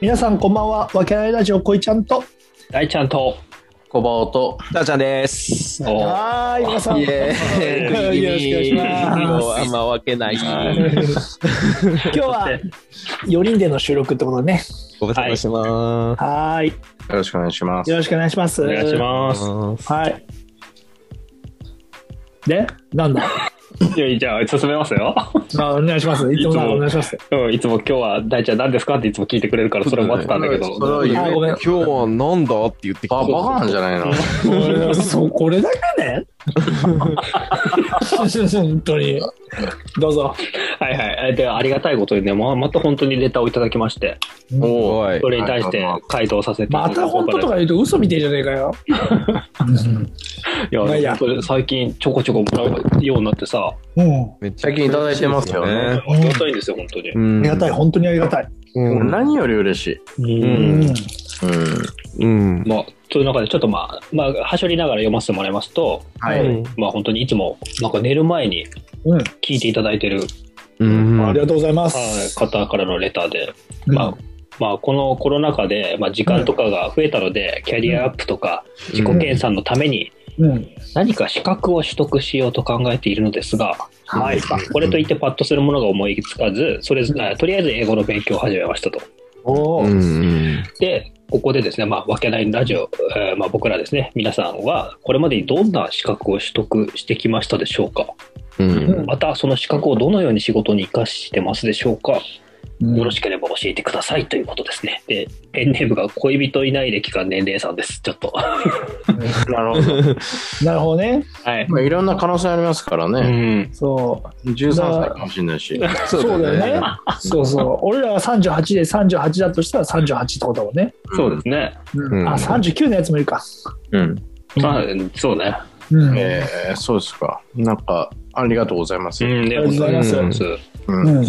皆さんこんばんは。わけあいラジオこいちゃんと。大ちゃんと小バオと、たーちゃんです。おはーい、皆さん。イエーイ。よろしくお願いしま今す日はあんま分けない。今日は4人での収録ってことね。ご無沙汰してまはーい。よろしくお願いします。よろしくお願いします。お願いしますす。。はい。で、なんだいやじゃあ進めますよ、 あお願いします。いつもならお願いします。うん、いつも今日は大ちゃん何ですかっていつも聞いてくれるからそれを待ってたんだけど、それは言うあごめん今日はなんだって言ってきた。あ、バカなんじゃないの俺そうこれだけね本当にどうぞはいはいえでありがたいことにねままた本当にレターをいただきましておおいそ。れに対して回答させていまだたこう本当とか言うと嘘みてえじゃねえかよいやまあいいや本当に最近ちょこちょこもらうようになってさうんめっちゃ最近いただいてますよね。。ありがたいんですよ本当に、ありがたいい。本当にありがたい、うもうん何より嬉しい。ううんん、うん。うん。まあという中でちょっとまあまあはしょりながら読ませてもらいますとはうい。んまあ本当にいつもなんか寝る前にうん聞いていただいてるうんありがとうございまはいす、方からのレターで、うんまあまあ、このコロナ禍で、まあ、時間とかが増えたので、キャリアアップとか自己検査のためにうん、何か資格を取得しようと考えているのですが、はい、これといってパッとするものが思いつかずそれぞれあとりあえず英語の勉強を始めましたと。おお、うんうんでここでですね、まあ、わけないラジオ、えーまあ、僕らですね皆さんはこれまでにどんな資格を取得してきましたでしょうかうんまたその資格をどのように仕事に生かしてますでしょうかよろしければ教えてくださいということですね。で、ペンネームが恋人いない歴が年齢さんです。ちょっと。はなるほど。なるほどねい。まあいろんな可能性ありますからうね。ん。そう13歳かもしれないし。そうだ よね。そうそう俺らが38で38だとしたら38ってことだもんね、そうですね。うんうんあ39のやつもいるかうん。まあ、そうね。うん、えーそうですか。なんか、ありがとうございます。ん、ありがとうございますます。うんうん、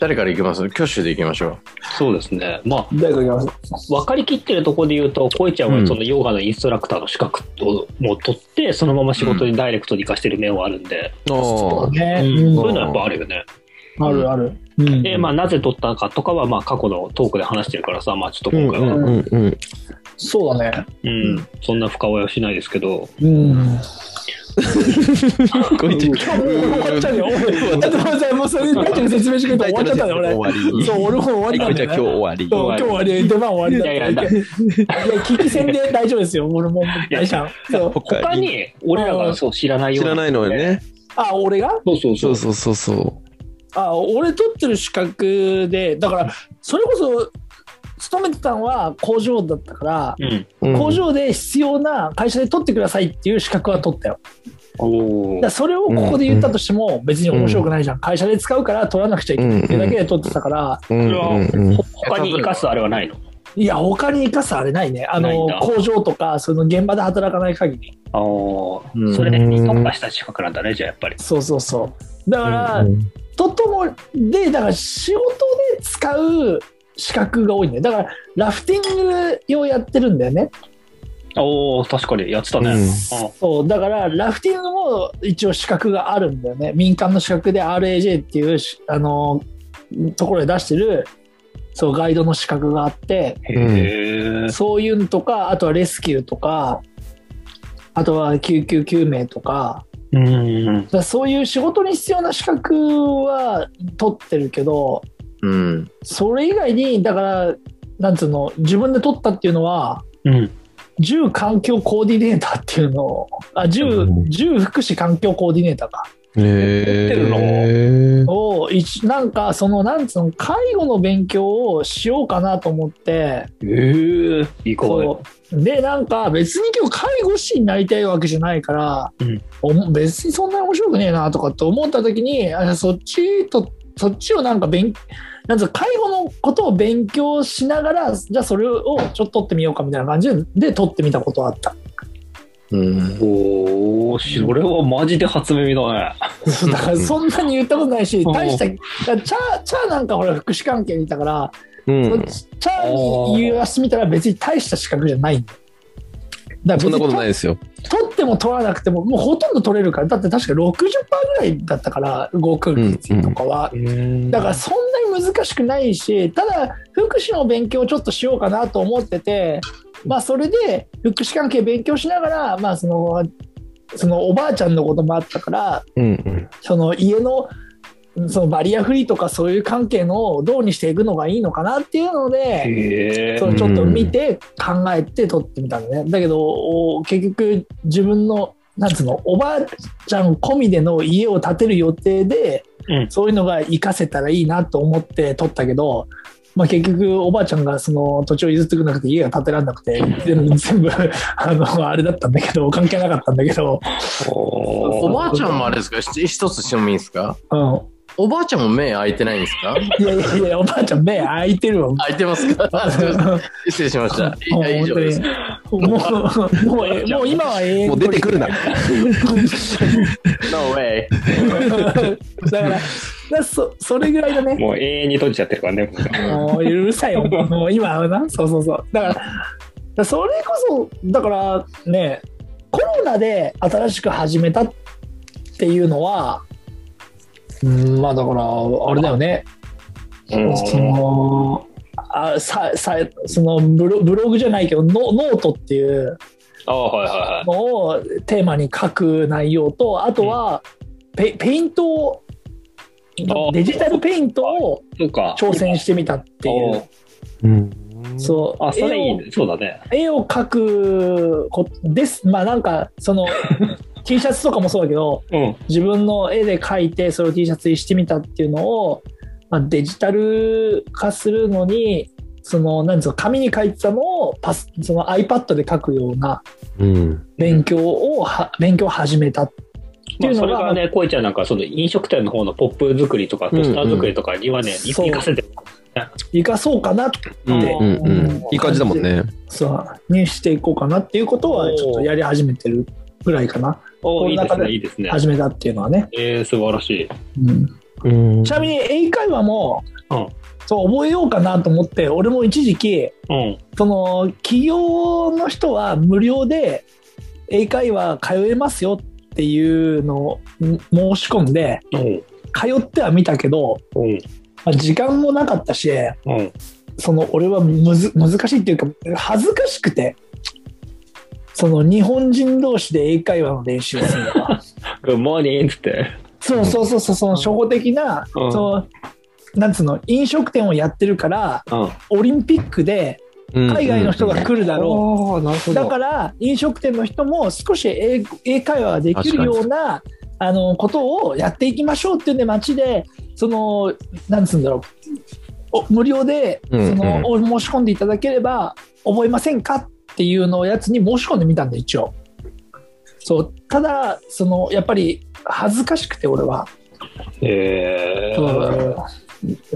誰から行きます挙手で行きましょそうですね。ま誰かいきますあ、分かりきってるところで言うと、こいちゃんうはんそのヨガのインストラクターの資格をもう取って、そのまま仕事にダイレクトに活かしてる面はあるんで、そうね、うんうそういうのはやっぱあるよね。ん、あるある、うん、で、まあ、なぜ取ったのかとかは、まあ、過去のトークで話してるからさ、まあ、ちょっと今回は、うんうんそうだねうん、そんな深追いはしないですけど、うんこいつもう終わっちゃうよ。俺だってまずもうそれで説明してくれたら終わっちゃったの俺。終わりそう、俺もう終わはっい、たこんだれじゃよ、ね。あ今日終わり。そう今日終わり、出番終わりだった。いいや、聞き戦で大丈夫ですよ。俺もう大ちゃん。そう他に俺らがそう知らないよ知うならないのよね。あ、俺がそうそうそそううそうそうそあ、俺取ってる資格で、だから、それこそ、勤めてたのは工場だったから、うんう。うん工場で必要な会社で取ってくださいっていう資格は取ったよ。おだからそれをここで言ったとしても別に面白くないじゃん。会社で使うから取らなくちゃいけないっていうだけで取ってたから、うんうんうん他に生かすあれはないのいや、他に生かすあれないね。あないんのだ、工場とか、その現場で働かない限り。ああ、うんそれに特化した資格なんだねじゃあやっぱりそうそうそう。だから、うんとともで、だから仕事で使う資格が多いんだよ。だから、ラフティング用やってるんだよね。おお確かにやってたね、うんあそう、だから、ラフティングも一応資格があるんだよね。民間の資格で RAJ っていうし、あの、ところで出してる、そう、ガイドの資格があって、へえ、そういうのとか、あとはレスキューとか、あとは救急救命とか、うんだからそういう仕事に必要な資格は取ってるけどう。うん。それ以外にだからなんつうの自分で取ったっていうのはうん銃環境コーディネーターっていうのをあ銃うん銃福祉環境コーディネーターかへてるの ーを一なんかそのなんつうの介護の勉強をしようかなと思ってへえ意外そうでなんか別に今日介護士になりたいわけじゃないから、うんおも別にそんなに面白くねえなとかって思った時にあそっちとそっちをなんか勉なんつうの介護のことを勉強しながらじゃあそれをちょっと取ってみようかみたいな感じで取ってみたことはあ ったうん。おおそれはマジで初耳だねだからそんなに言ったことないしうん大しただからチャーチャーなんかほら福祉関係にいたから、うんそっちチャーに言わせてみたら別に大した資格じゃないんだよだから別そんになことないですよ。取っても取らなくてももうほとんど取れるからだって確か60%ぐらいだったから合格率とかは、うんだからそんなに難しくないし、ただ、福祉の勉強をちょっとしようかなと思ってて、まあ、それで、福祉関係勉強しながら、まあ、その、そのおばあちゃんのこともあったから、うんその家の、そのバリアフリーとかそういう関係のをどうにしていくのがいいのかなっていうので、へえそうちょっと見て考えて撮ってみたんだね、だけどお結局自分のなんつうのおばあちゃん込みでの家を建てる予定で、うんそういうのが活かせたらいいなと思って撮ったけど、まあ、結局おばあちゃんがその土地を譲ってくれなくて家が建てられなくて全全部 あのあれだったんだけど関係なかったんだけど、おおばあちゃんもあれですかひ一つしてもいいですかうん、おばあちゃんも目開いてないんですかいやいやいやおばあちゃん目開いてるわ。開いてますか失礼しました。いや以上です。もうもうもうえもう今は永遠うん。もう出てくるな。 No way. だから、だからそそれぐらいだね。もう永遠に閉じちゃってるからね僕がもううるさい よ。もう今はな。そうそうそう。だから、だからそれこそ、だからね、コロナで新しく始めたっていうのは、うん、まあだから、あれだよね。うんその、あささそのブロブログじゃないけどノノートっていうああはいはいはいのをテーマに書く内容とあとはペ,、ペイントをあデジタルペイントをそうか挑戦してみたっていう。うん。そうあそれいい絵をねそうだね絵を描くこですまあなんかそ の T シャツとかもそうだけどうん自分の絵で描いてそれを T シャツにしてみたっていうのを、まあ、デジタル化するのにそのなんつうの紙に描いてたのをパスその iPad で描くようなうん。勉強をは勉強を始めたってまいあ、うそのれが、がね、こいちゃんなんか、その飲食店の方のポップ作りとか、ポスター作りとかにはね、うんうん行かせてる生かそうかなって、うんうんうん。いい感じだもんね。そうにしていこうかなっていうことはちょっとやり始めてるぐらいかなおーいいですこんなね、いいですね。始めたっていうのはね。えー、素晴らしい。うんうんちなみに英会話も、うんそう覚えようかなと思って俺も一時期うん。その企業の人は無料で英会話通えますよっていうのをん申し込んでうん。通ってはみたけど、うん。まあ時間もなかったしうん。その俺はむず難しいっていうか恥ずかしくてその日本人同士で英会話の練習をするの が。 Good morning! つって。そうそうそうそう、その初歩的な、うんそのなんつうの、飲食店をやってるから、うん。オリンピックで海外の人が来るだろああ、なるう。ほだから、飲食店の人も少し英英会話ができるような、あの、ことをやっていきましょうっていうんで、街で、その、なんつうんだろう、お無料で、そうんの、お申し込んでいただければ、覚えませんかっていうのをやつに申し込んでみたんで、一応。そう、ただ、その、やっぱり、恥ずかしくて、俺は。えー。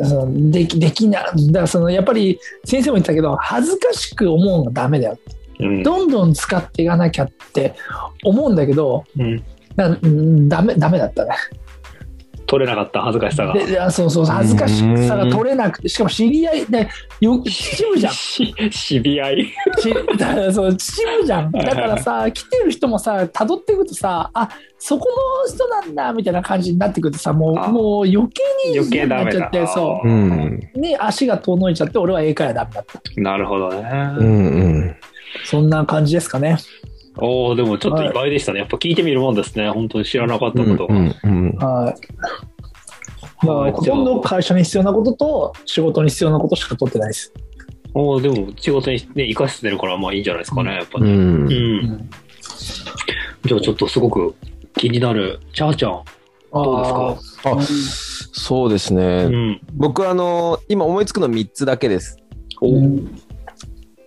そのできできなだからそのやっぱり先生も言ってたけど恥ずかしく思うのがダメだようん。どんどん使っていかなきゃって思うんだけどうんなうんダメダメだったね取れなかった恥ずかしさが。でであそうそう恥ずかしさが取れなくてしかも知り合いでよ秩 父じゃんし、知り合い。しだからそう秩父じゃんはいはだいからさ来てる人もさ辿っていくとさあそこの人なんだみたいな感じになってくるとさもうあもう余計に余計ダメなっちゃだって。そうう。ん。に足が遠のいちゃって俺は英会話ダメだったなるほどうね。んうん。そんな感じですかねおおでもちょっと意外でしたね。やっぱ聞いてみるもんですね。本当に知らなかったうこんとが。うん。はいだかはらいほとんど会社に必要なことと仕事に必要なことしか取ってないです、おおでも仕事にね、生かしてるから、まあいいんじゃないですかね、やっぱうね。んうんう。ん、じゃあちょっとすごく気になる。チャーちゃん。どうですかあそうですうね。ん。僕、あの、今思いつくの3つだけです。おー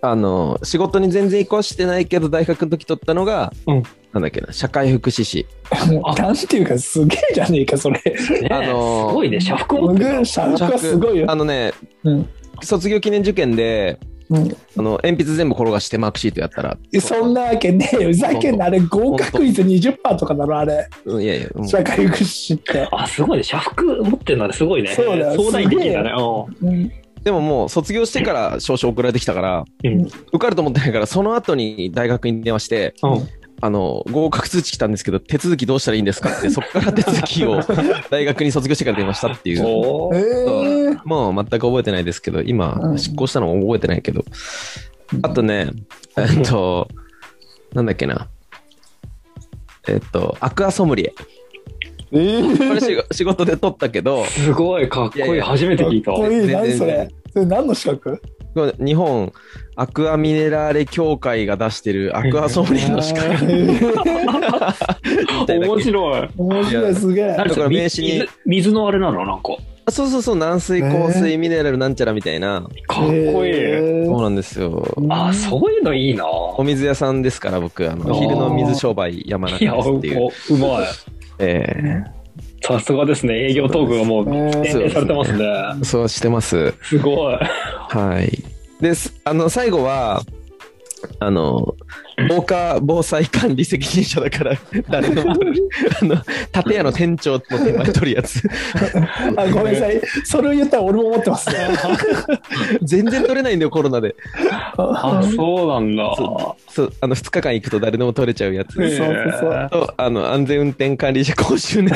あの仕事に全然移行してないけど大学の時取ったのが、うんなんだっけな社会福祉士もうなんていうかすげえじゃねえかそれねあのーすごいね、社服持ってる僕社服はすごいよあのねうん卒業記念受験でうんあの鉛筆全部転がしてマークシートやったらそんなわけねえよふざけんなあれ合格率20%とかだろあれうんいやいや、うん社会福祉って、あ、すごいね、社服持ってるのね、すごいね。そうだよ壮大的だね。うん、でももう卒業してから証書送られてきたから、うん受かると思ってないからその後に大学に電話してうんあの合格通知来たんですけど手続きどうしたらいいんですかってそこから手続きを大学に卒業してから電話したっていうおえーー、もう全く覚えてないですけど、今、うん執行したのも覚えてないけど、あとね、えっと、なんだっけな、えっと、アクアソムリエ。えー、これ仕仕事で取ったけど、すごい、かっこいい。いやいや初めて聞いた。かっこいい。何そ全れ然。それ何の資格日本アクアミネラレ協会が出してるアクアソムリエの資格みたいだ面け白い。面白い、すげえ。なんだから名刺に水水のあれなのなんか。そうそうそう、軟水、硬水、ミネラルなんちゃらみたいな。かっこいい。へそーうなんですよ。あ、そういうのいいな。お水屋さんですから、僕、あのあー昼の水商売山いや、中ですおっていう。うまい。えさすがですね。営業トークがもう、ね限定されてますね。えそうしてます。すごい。はい。です。あの、最後は、あの、防火防災管理責任者だから、誰でもある、あの、建屋の店長の手前取るやつ。あごめんなさい。それを言ったら俺も思ってます。全然取れないんだよ、コロナで。あ、そうなんだ。そそう、あの、2日間行くと誰でも取れちゃうやつ。うそうそうとあの安全運転管理者講習ね。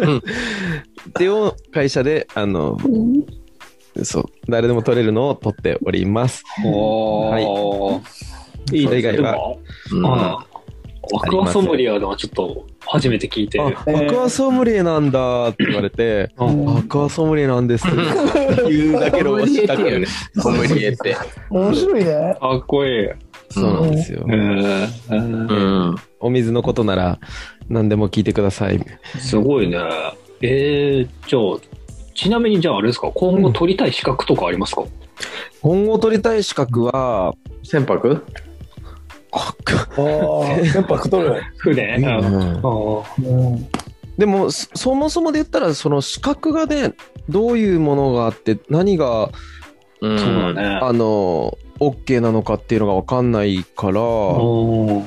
うんっていう会社であの、そう誰でも取れるのを取っております。おーいいそれ以外はは。うんあアクアソムリアではちょっと初めて聞いて。あ、えーアクアソムリエなんだって言われて、うんアクアソムリエなんですって言うだけの推したくね。ソムリエって。面白いね。かっこいい。そうなんですよう。んうん。お水のことなら何でも聞いてください。すごいね。えー、じゃあ、ちなみにじゃああれですか、今後取りたい資格とかありますか、今後取りたい資格は、船舶あおーやっぱ太る。船、うん、あうんーうんでもそそもそもで言ったらその資格がねどういうものがあって何がうんそうだね。あの OK なのかっていうのが分かんないから調おー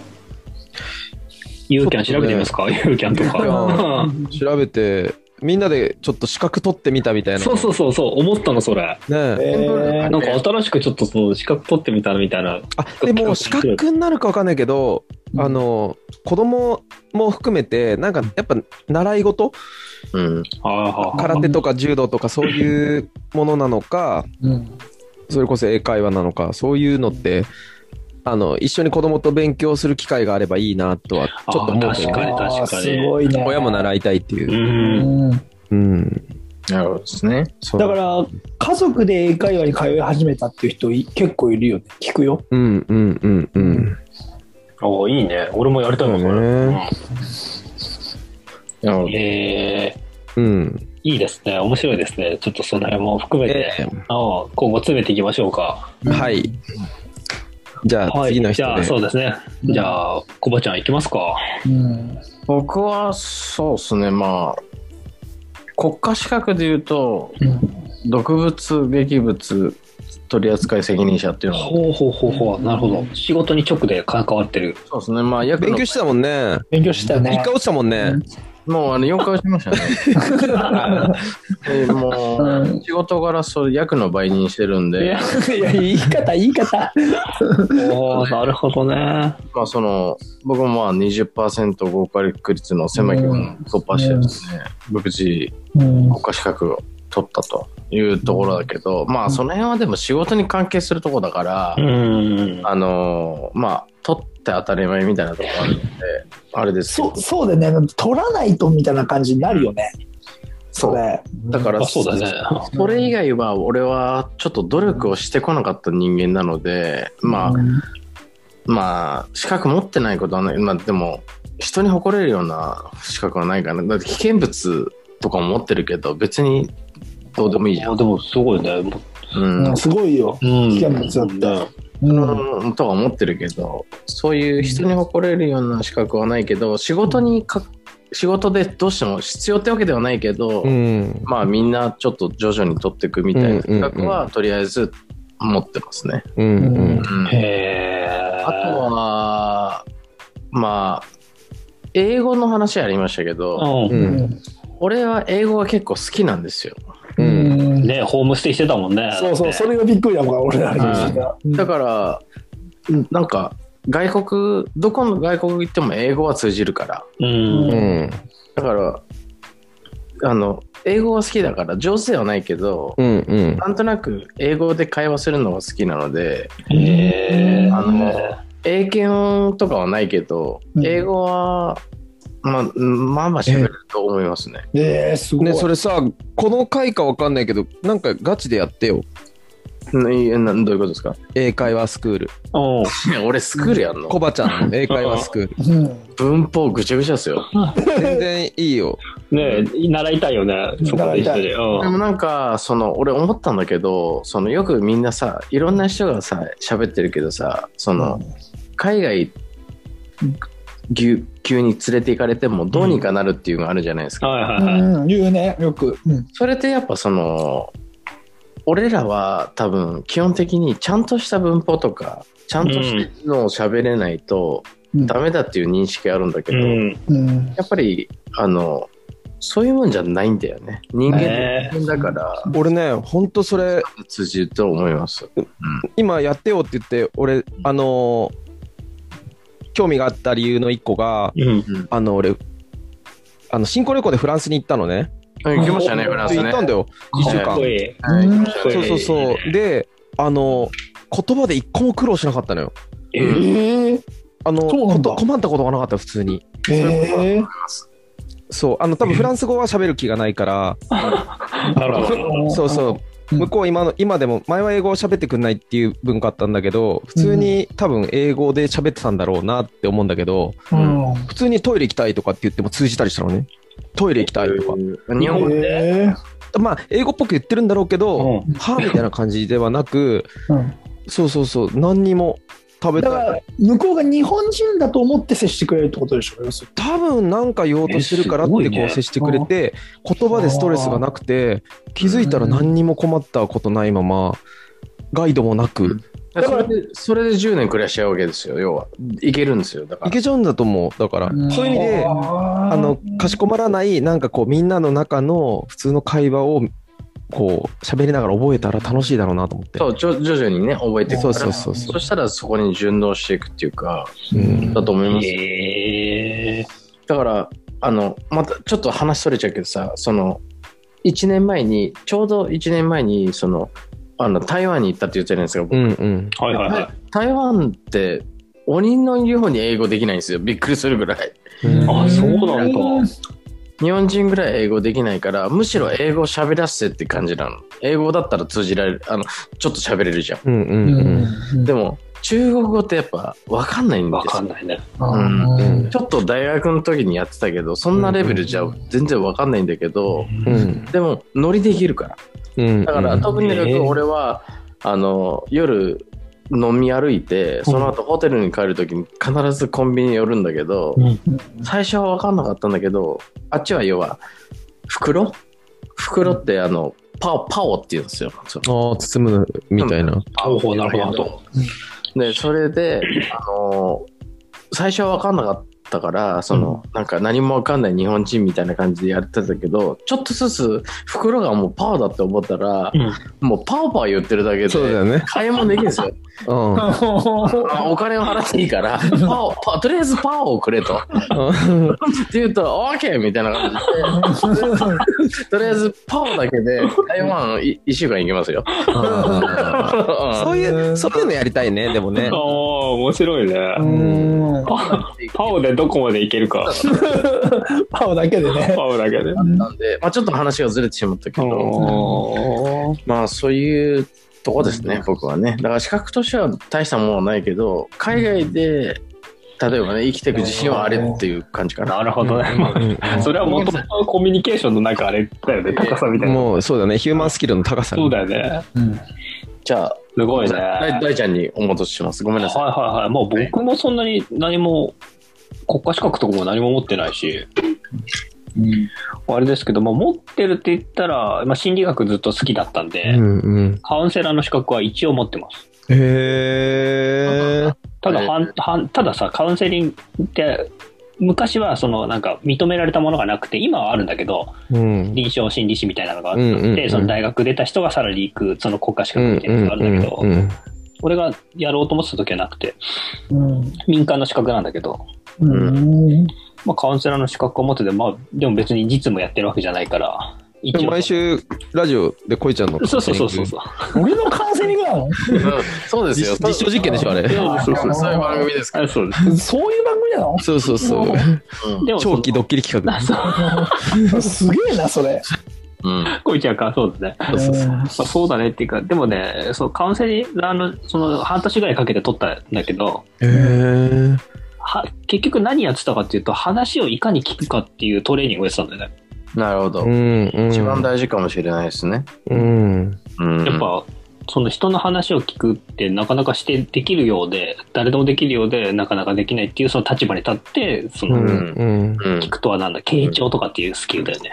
ユーキャン調べてみますか、ユーキャンとか。べてみんなでちょっと資格取ってみたみたいなそうそうそうそう、思ったの、それ。ねええーなんか新しくちょっとその資格取ってみたみたいな。あでも資格になるか分かんないけどあの子供も含めてなんかやっぱ習い事うん。あ空手とか柔道とかそういうものなのかうんそれこそ英会話なのかそういうのってあの一緒に子供と勉強する機会があればいいなとはちょっと思うけど確かねに確かにあーすごいね。親も習いたいってういう、ん。うんうん、なるほどですね。そうだから家族で英会話に通い始めたっていう人い結構いるよね聞くようんうんうんうんおいいね。俺もやりたいもん、それ。そううんねなるほど。えーうんいいですね。面白いですね。ちょっとその辺も含めて、えあー今後詰めていきましょうか。えはいじゃあ次の人はい、じゃで、あそうですね。じゃあ、コバちゃん行きますか。うん僕はそうですねまあ国家資格で言うと毒物劇物取扱責任者っていうのはほうほうほうほう。なるほど。仕事に直で関わってる。そうですねまあ約勉強してたもんね勉強してたよ一ね回落ちたもんね、もうあの4回落ちましたねはいでもうう仕事柄それ役の倍にしてるんいやでいや言い方言い方おおなるほどね。まあその僕もまあ20%合格率の狭い部分を突破してですね無事うん国家資格を取ったというところだけどまあその辺はでも仕事に関係するところだから、うん。あのーまあ、取って当たり前みたいなところあるので、あれですけそどうそうだよね取らないとみたいな感じになるよねそれだから、あそうだね。それ以外は、俺はちょっと努力をしてこなかった人間なので、まあ、まあ、資格持ってないことはない、まあ、でも、人に誇れるような資格はないかな。だって危険物とかも持ってるけど、別にどうでもいいじゃあん。でも、すごいね。もうん。うんすごいよううん。危険物だっうんうん、とは思ってるけどそういう人に誇れるような資格はないけど仕事にか仕事でどうしても必要ってわけではないけど、うんまあみんなちょっと徐々に取っていくみたいな企画うんうんはとりあえず持ってますね。うんうんうんて。へーあとはまあ英語の話ありましたけどう。うんん俺は英語が結構好きなんですよううんんね、ホームステイしてたもんね。そうそうねそれがびっくりだもん俺らがだからうんなんか外国どこの外国行っても英語は通じるからうん。うんだからあの英語が好きだから上手ではないけど、うんうん。なんとなく英語で会話するのが好きなので、えー、あの英検とかはないけど、うん英語は、まあ、まあまあ喋れると思いますね。えー、すごい。ね、それさ、この回かわかんないけど、なんかガチでやってよ。ないえなどういうことですか英会話スクール。おういや俺スクールやんのコバちゃんの英会話スクール。うん、文法ぐちゃぐちゃですよ。全然いいよ。ねえ習いたいよね、そこで一緒で。うんでもなんかその俺思ったんだけどそのよくみんなさいろんな人がさ喋ってるけどさその海外ぎゅ急に連れて行かれてもどうにかなるっていうのがあるじゃないですか、はういはいはい。んうん、言うね、よく。うん、それってやっぱその俺らは多分基本的にちゃんとした文法とかちゃんとしたのを喋れないとうんダメだっていう認識あるんだけど、うん、うん、やっぱりあのそういうもんじゃないんだよね人間ね人間だから俺ね、ほんとそれ、通じると思います、うん今やってよって言って、俺、あのー興味があった理由の一個が、うん、あの、俺、あの新婚旅行でフランスに行ったのね。うん行きましたね、うんフランスね。行ったんだよ、1週かっ間こ。いい。はい行きましたこいいねそうそうそう。で、あの、言葉で一個も苦労しなかったのよ。ええーー、あの、そうなんだこと困ったことがなかった、普通に。えー、そう、あの、多分フランス語は喋る気がないから、なるほど。そうそうう。ん向こう今の、今でも、前は英語を喋ってくんないっていう文化あったんだけど、普通に多分英語で喋ってたんだろうなって思うんだけど、うん、普通にトイレ行きたいとかって言っても通じたりしたのね。トイレ行きたいとか。日本語でえーまあ、英語っぽく言ってるんだろうけど、うんはぁみたいな感じではなく、うんそうそうそう、何にも食べだたかい。ら向こうが日本人だと思って接してくれるってことでしょ要する多分なんか言おうとしてるからっえすごいてねこう接してくれて、言葉でストレスがなくて気づいたら何にも困ったことないままガイドもなくだからそれでそれで10年暮らしちゃうわけですよ、要は。いけるんですよ、だかいら。けちゃうんだと思うだからにそういう意味であーあのかしこまらないなんかこうみんなの中の普通の会話をこう喋りながら覚えたら楽しいだろうなと思ってそうじょ徐々にね、覚えていくかそうらそうそうそそしたらそこに順応していくっていうか、う、うんだと思います。えー、だから、あの、またちょっと話それちゃうけどさ、その、1年前に、ちょうど1年前に、その、あの台湾に行ったって言ったじゃないですか、僕うんうんはいはいはい。台湾って、鬼のように英語できないんですよ、びっくりするぐらい。うんあそうなんだ日本人ぐらい英語できないからむしろ英語喋らせてって感じなの英語だったら通じられるあのちょっと喋れるじゃうんううんうんんんでも中国語ってやっぱ分かんないんでわすかんよないね。うんうんちょっと大学の時にやってたけどそんなレベルじゃ全然分かんないんだけどうんうでもノリできるからうんだから特にへえ俺はあの夜飲み歩いてその後ホテルに帰る時に必ずコンビニ寄るんだけどうん最初は分かんなかったんだけどあっちは要は袋袋ってあのパオパオって言うんですよそうああ包むみたいななるほど、なるほど。でそれで、あのー最初は分かんなかったからその、なんか何も分かんない日本人みたいな感じでやってたけどちょっとずつ袋がもうパオだって思ったら、うんもうパオパオ言ってるだけそうだよでね買い物できるんですようんうあお金を払っていいからパオパとりあえずパオをくれとってん言うと OK みたいな感じでとりあえずパオだけで台湾1週間行きますよ。そういうう、んそういうのやりたいね、でもねあ。あ、面白いね。うんパオでどこまでいけるか。パオだけでねパオだけで。なんで、まあ、ちょっと話がずれてしまったけど、おーまあそういうとこですね、僕はね。だから資格としては大したものはないけど、海外で、例えばね、生きていく自信はあれっていう感じかな。なるほどね。まあそれはもともとコミュニケーションのなんかあれだよね、高さみたいな。もう、そうだね、ヒューマンスキルの高さ。そうだよね。じゃあ、すごいね。大大ちゃんにお戻しします。ごめんなさい。はいはいはい。もう僕もそんなに何も、国家資格とかも何も持ってないし、あれですけど、まあ、持ってるって言ったら、まあ、心理学ずっと好きだったんで、うんうん。カウンセラーの資格は一応持ってます。へえ。ただ、はいはんはんたださ、カウンセリングって、昔はそのなんか認められたものがなくて、今はあるんだけど、うん。臨床心理士みたいなのがあって、うんうんうんその大学出た人がさらに行く、その国家資う格んみたいなのがあるんだけど、うんうん俺がやろうと思ってた時はなくて、うん民間の資格なんだけど、うんまあ、カウンセラーの資格を持ってて、まあ、でも別に実務やってるわけじゃないから、一でも応毎週ラジオでこいちゃんのそうそうそうそうそう俺のカウンセリングなのうんそうですよ実。実証実験でしょあれそうそうそういう番組ですかあそうでそういう番組なのそうそうそうら。すでも長期ドッキリ企画あそう すげえな、それ。うん。うんこいちゃんかそうですねそうそうそうまあ、そうだねっていうか、でもね、そう、カウンセリングの、その、半年ぐらいかけて撮ったんだけど、へえは、結局何やってたかっていうと、話をいかに聞くかっていうトレーニングをやってたんだよね。なるほどう。んうん一番大事かもしれないですね。うんうんやっぱ、その人の話を聞くってなかなかしてできるようで、誰でもできるようで、なかなかできないっていう、その立場に立って、その、うんうんうん聞くとはなんだ、傾聴とかっていうスキルだよね。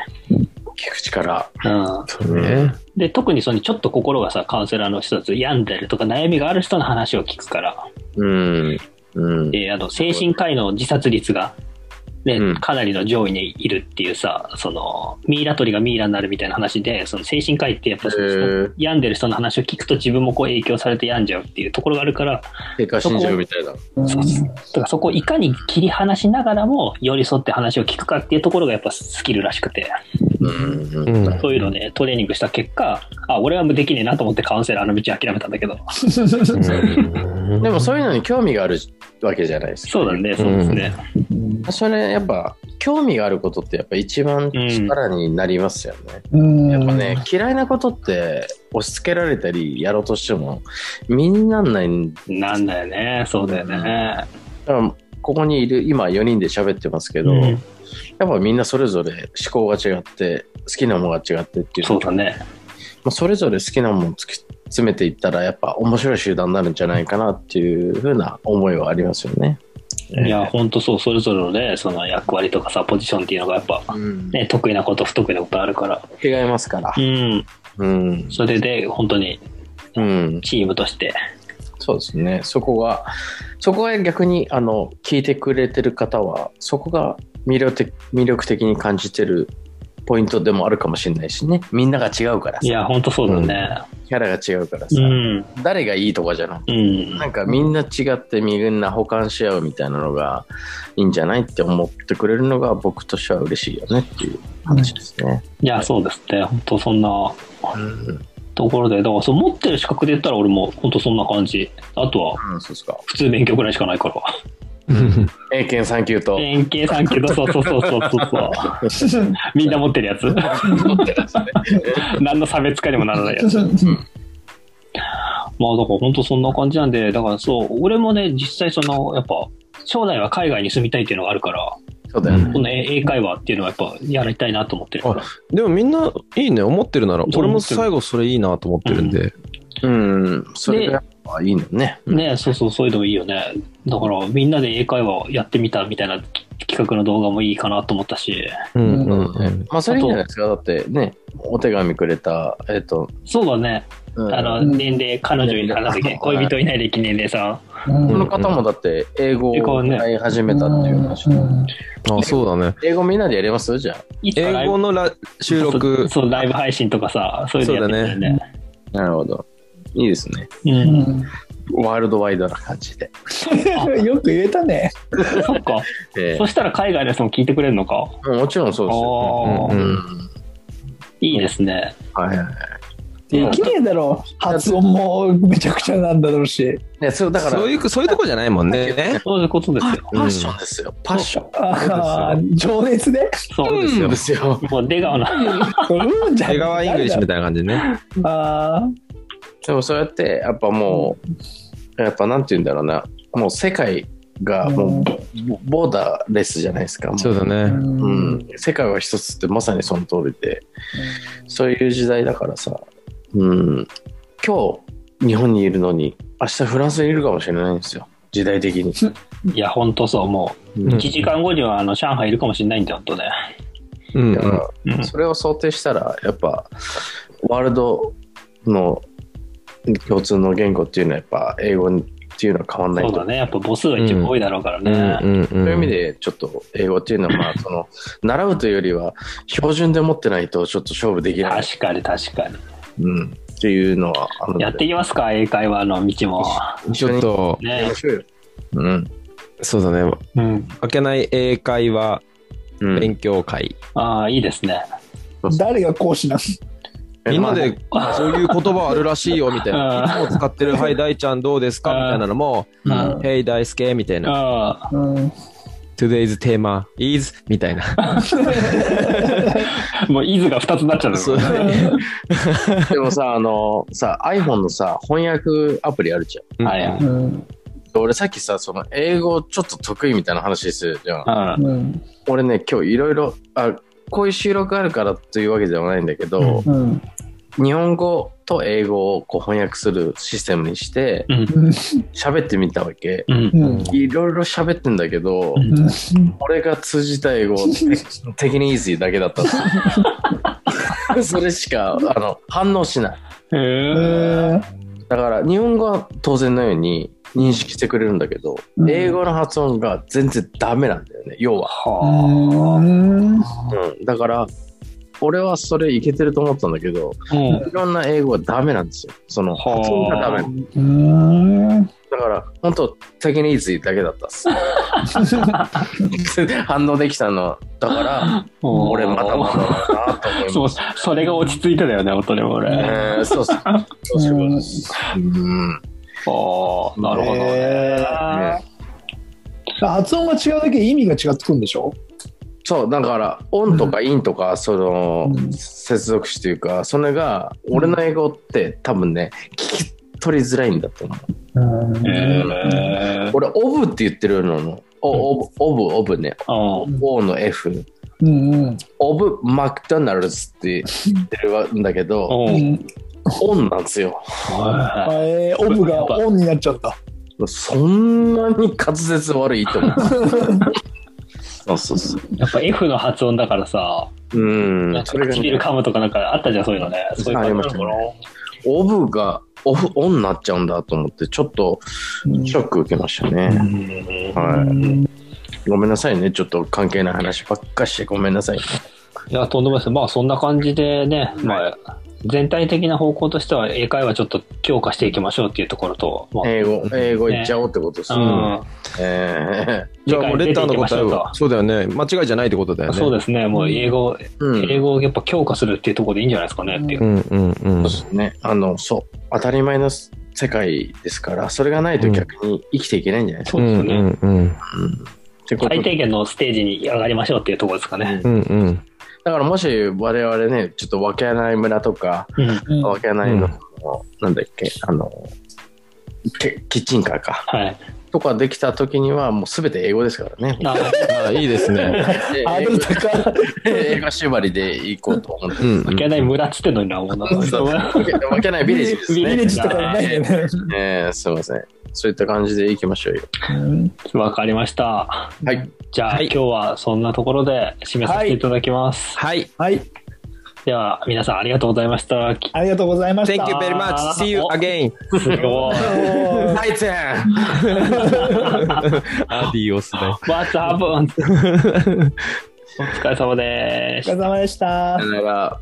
聞く力。うん。そうねで、特にその、ちょっと心がさ、カウンセラーの人たち、病んでるとか悩みがある人の話を聞くから、うん。うん。えーあの精神科医の自殺率が、ねうんかなりの上位にいるっていうさそのミイラ取りがミイラになるみたいな話でその精神科医ってやっぱへー病んでる人の話を聞くと自分もこう影響されて病んじゃうっていうところがあるから経過信じるみたいな。だからそこをいかに切り離しながらも寄り添って話を聞くかっていうところがやっぱスキルらしくてうん。うんうんそういうのをねトレーニングした結果あ俺はもうできねえなと思ってカウンセラーの道諦めたんだけどでもそういうのに興味があるわけじゃないですか。そうだねそうですね、それやっぱ興味があることってやっぱ一番力になりますよね。うんやっぱね、嫌いなことって押し付けられたりやろうとしてもみんなんないんだなんだよねそうだよね、からここにいる今4人で喋ってますけど、うんやっぱみんなそれぞれ思考が違って好きなものが違ってっていうそうだねまあ、それぞれ好きなものを突き詰めていったらやっぱ面白い集団になるんじゃないかなっていうふうな思いはありますよね。いや、本当そう、それぞれのね、その役割とかさ、ポジションっていうのがやっぱ、うんね、得意なこと、不得意なことあるから、違いますからう。ん、うんそれで、本当にうんチームとして、そうですね。そこが、そこが逆に、あの、聞いてくれてる方は、そこが魅力的魅力的に感じてるポイントでもあるかもしれないしね。みんなが違うからいさ、や、本当そうだね。キャラが違うからう、さん、誰がいいとかじゃなくて、うんな、んかみんな違ってみんな補完し合うみたいなのがいいんじゃないって思ってくれるのが僕としては嬉しいよねっていう話ですね。いや、そうですね、本当そんなうん、ところで、だからそう、持ってる資格で言ったら、俺も本当そんな感じ。あとは、うん、そうですか。普通勉強ぐらいしかないから。英検3級と。円形さんけど、そうそうそうそうそう そう。みん な持ってるやつ。 何の差別化にもならないやつ。まあだから本当そんな感じなんで、だからそう、俺もね、実際その、やっぱ、将来は海外に住みたいっていうのがあるから、そうだよね。この英英会話っていうのはやっぱやりたいなと思ってるから。でもみんないいね思ってるならそう俺も最後それいいなと思ってるんでうん、それがやっぱいいのね。うんねそうそう、そういうのもいいよね。だからみんなで英会話をやってみたみたいな企画の動画もいいかなと思ったし、うんうんうんまあ、それいいんじゃないですか。だってね、お手紙くれた、えっ、と、そうだね、うんあの、年齢、彼女いない、なんだっけ恋人いない歴年齢さこの方もだって、英語英語をね習い始めたっていう話。あそうだね英語みんなでやりますじゃあ。ん、いつかラ英イブ語のラ収録そう、そうライブ配信とかさ、そういうのやってみたいね。なるほど。いいですね。うん。ワールドワイドな感じで。よく言えたね。そっか。ええそしたら海外の人も聞いてくれるのか。うんもちろんそうですよ、ああ、うんうん。いいですね。はいはい。できねえだろ。発音もめちゃくちゃなんだろうし。いやそうだからそういうそういうとこじゃないもんねそういうことですよ。パッションですよ。パッションああ、情熱で。そうですよ。ですよ。もう出川の、うんじゃ江川イングリッシュみたたいな感じねいな。ああ。でもそうやってやっぱもう、やっぱなんて言うんだろうなもう世界がもう、ボーダーレスじゃないですか。もうそうだう。ねうんん、世界は一つってまさにその通りでそういう時代だからさ、うん、今日日本にいるのに明日フランスにいるかもしれないんですよ時代的に、いや、ほんとそう、もう、うん1時間後には、あの、上海いるかもしれないんだよ、ほんとね。うんだからうん。それを想定したらやっぱワールドの共通の言語っていうのはやっぱ英語っていうのは変わんないそとうだね。やっぱ母数が一番多いだろうからね。うんうんそういう意味でちょっと英語っていうのはまあその習うというよりは標準で持ってないとちょっと勝負できない、確かに、確かに。うん、っていうのはあるのでやっていきますか、英会話の道も。ちょっとやりねま。しょうようんそうだねうん。開けない英会話うん勉強会ああ、いいですね。誰が講師なんみんなで、そういう言葉あるらしいよ、みたいな。いつも使ってる、はい、大ちゃんどうですかみたいなのも、うんヘイ大輔みたいな。ああ、うん、 Today's tema is みた いな。もう、イズが2つになっちゃうのそうまあでもさ、あの、さ、iPhone のさ、翻訳アプリあるじゃん。うんはいはい。うん俺さっきさ、その、英語ちょっと得意みたいな話してるじゃん。うんうん俺ね、今日いろいろ、あ、こういう収録あるからというわけではないんだけど、うん日本語と英語をこう翻訳するシステムにして、うん喋ってみたわけ。うんうんいろいろ喋ってんだけど、うん俺が通じた英語、敵にイージーだけだった のそれしか、あの、反応しない。へええだから日本語は当然のように認識してくれるんだけど、うん英語の発音が全然ダメなんだよね要は、ーはうんうん、だから俺はそれいけてると思ったんだけどあ。うんいろんな英語がダメなんですよそのはあ発音がダメうんだから本当テクニーズだけだったっす反応できたのだから俺またまだだなと思いますそう、それが落ち着いてだよね、本当に俺。あえーそうそうそうそういうことですうんあ、なるほどえね。ね発音が違うだけで意味が違ってくるんでしょそうだからオンとかインとかそのうん接続詞というかそれが俺の英語って多分ね聞き取りづらいんだと思ううんええ。俺オブって言ってるののおオブオブオブねうん。 O の F うんオブマクドナルズって言ってるんだけどううん。んオンなんですよはえーオブがオンになっちゃったそんなに滑舌悪いと思うそうそうそういやっぱ F の発音だからさ、うんなんかそれがね唇噛むとかなんかあったじゃん、そういうのね。そういう感じなのかなあオブがオフオンになっちゃうんだと思ってちょっとショック受けましたね、はい。ごめんなさいね。ちょっと関係ない話ばっかしてごめんなさいね。いや、とんでもないです。まあ、そんな感じでね、まあ、全体的な方向としては、英会話ちょっと強化していきましょうっていうところと、まあ、英語、英語いっちゃおうってことですね。うんえじゃあもうレター理解での答えきてましはた、とそうだよね。間違いじゃないってことだよね。そうですね、もう英語、えうん。英語をやっぱ強化するっていうところでいいんじゃないですかねっていうう。んうんうん。ね。あの、そう。当たり前の世界ですから、それがないと逆に生きていけないんじゃないですか。そうですよね。うんうんうん。ってこと最で低限のステージに上がりましょうっていうところですかね。うんうんだからもし我々ね、ちょっとわけない村とか、うん。うんわけないの、うなんだっけ、あの、けキッチンカーか。はい。とかできた時には、もう全て英語ですからね。なあいいですね。えハードル高い映画縛りで行こうと思ってうんうんいけない村っつってんのにな、もうな。そうわけないビレッジですビビレね。ッジとかないよねえー、すいません。そういった感じで行きましょうよ。わかりました。はい。じゃあ、はい今日はそんなところで締めさせていただきます。はい。はいでは、皆さんありがとうございま した。ありがとうございました Thank you very much. See you again. すごい。おーナイツ アディオスだよ。 What's happened? お疲れ様ですお疲。れ様でしたさよなら。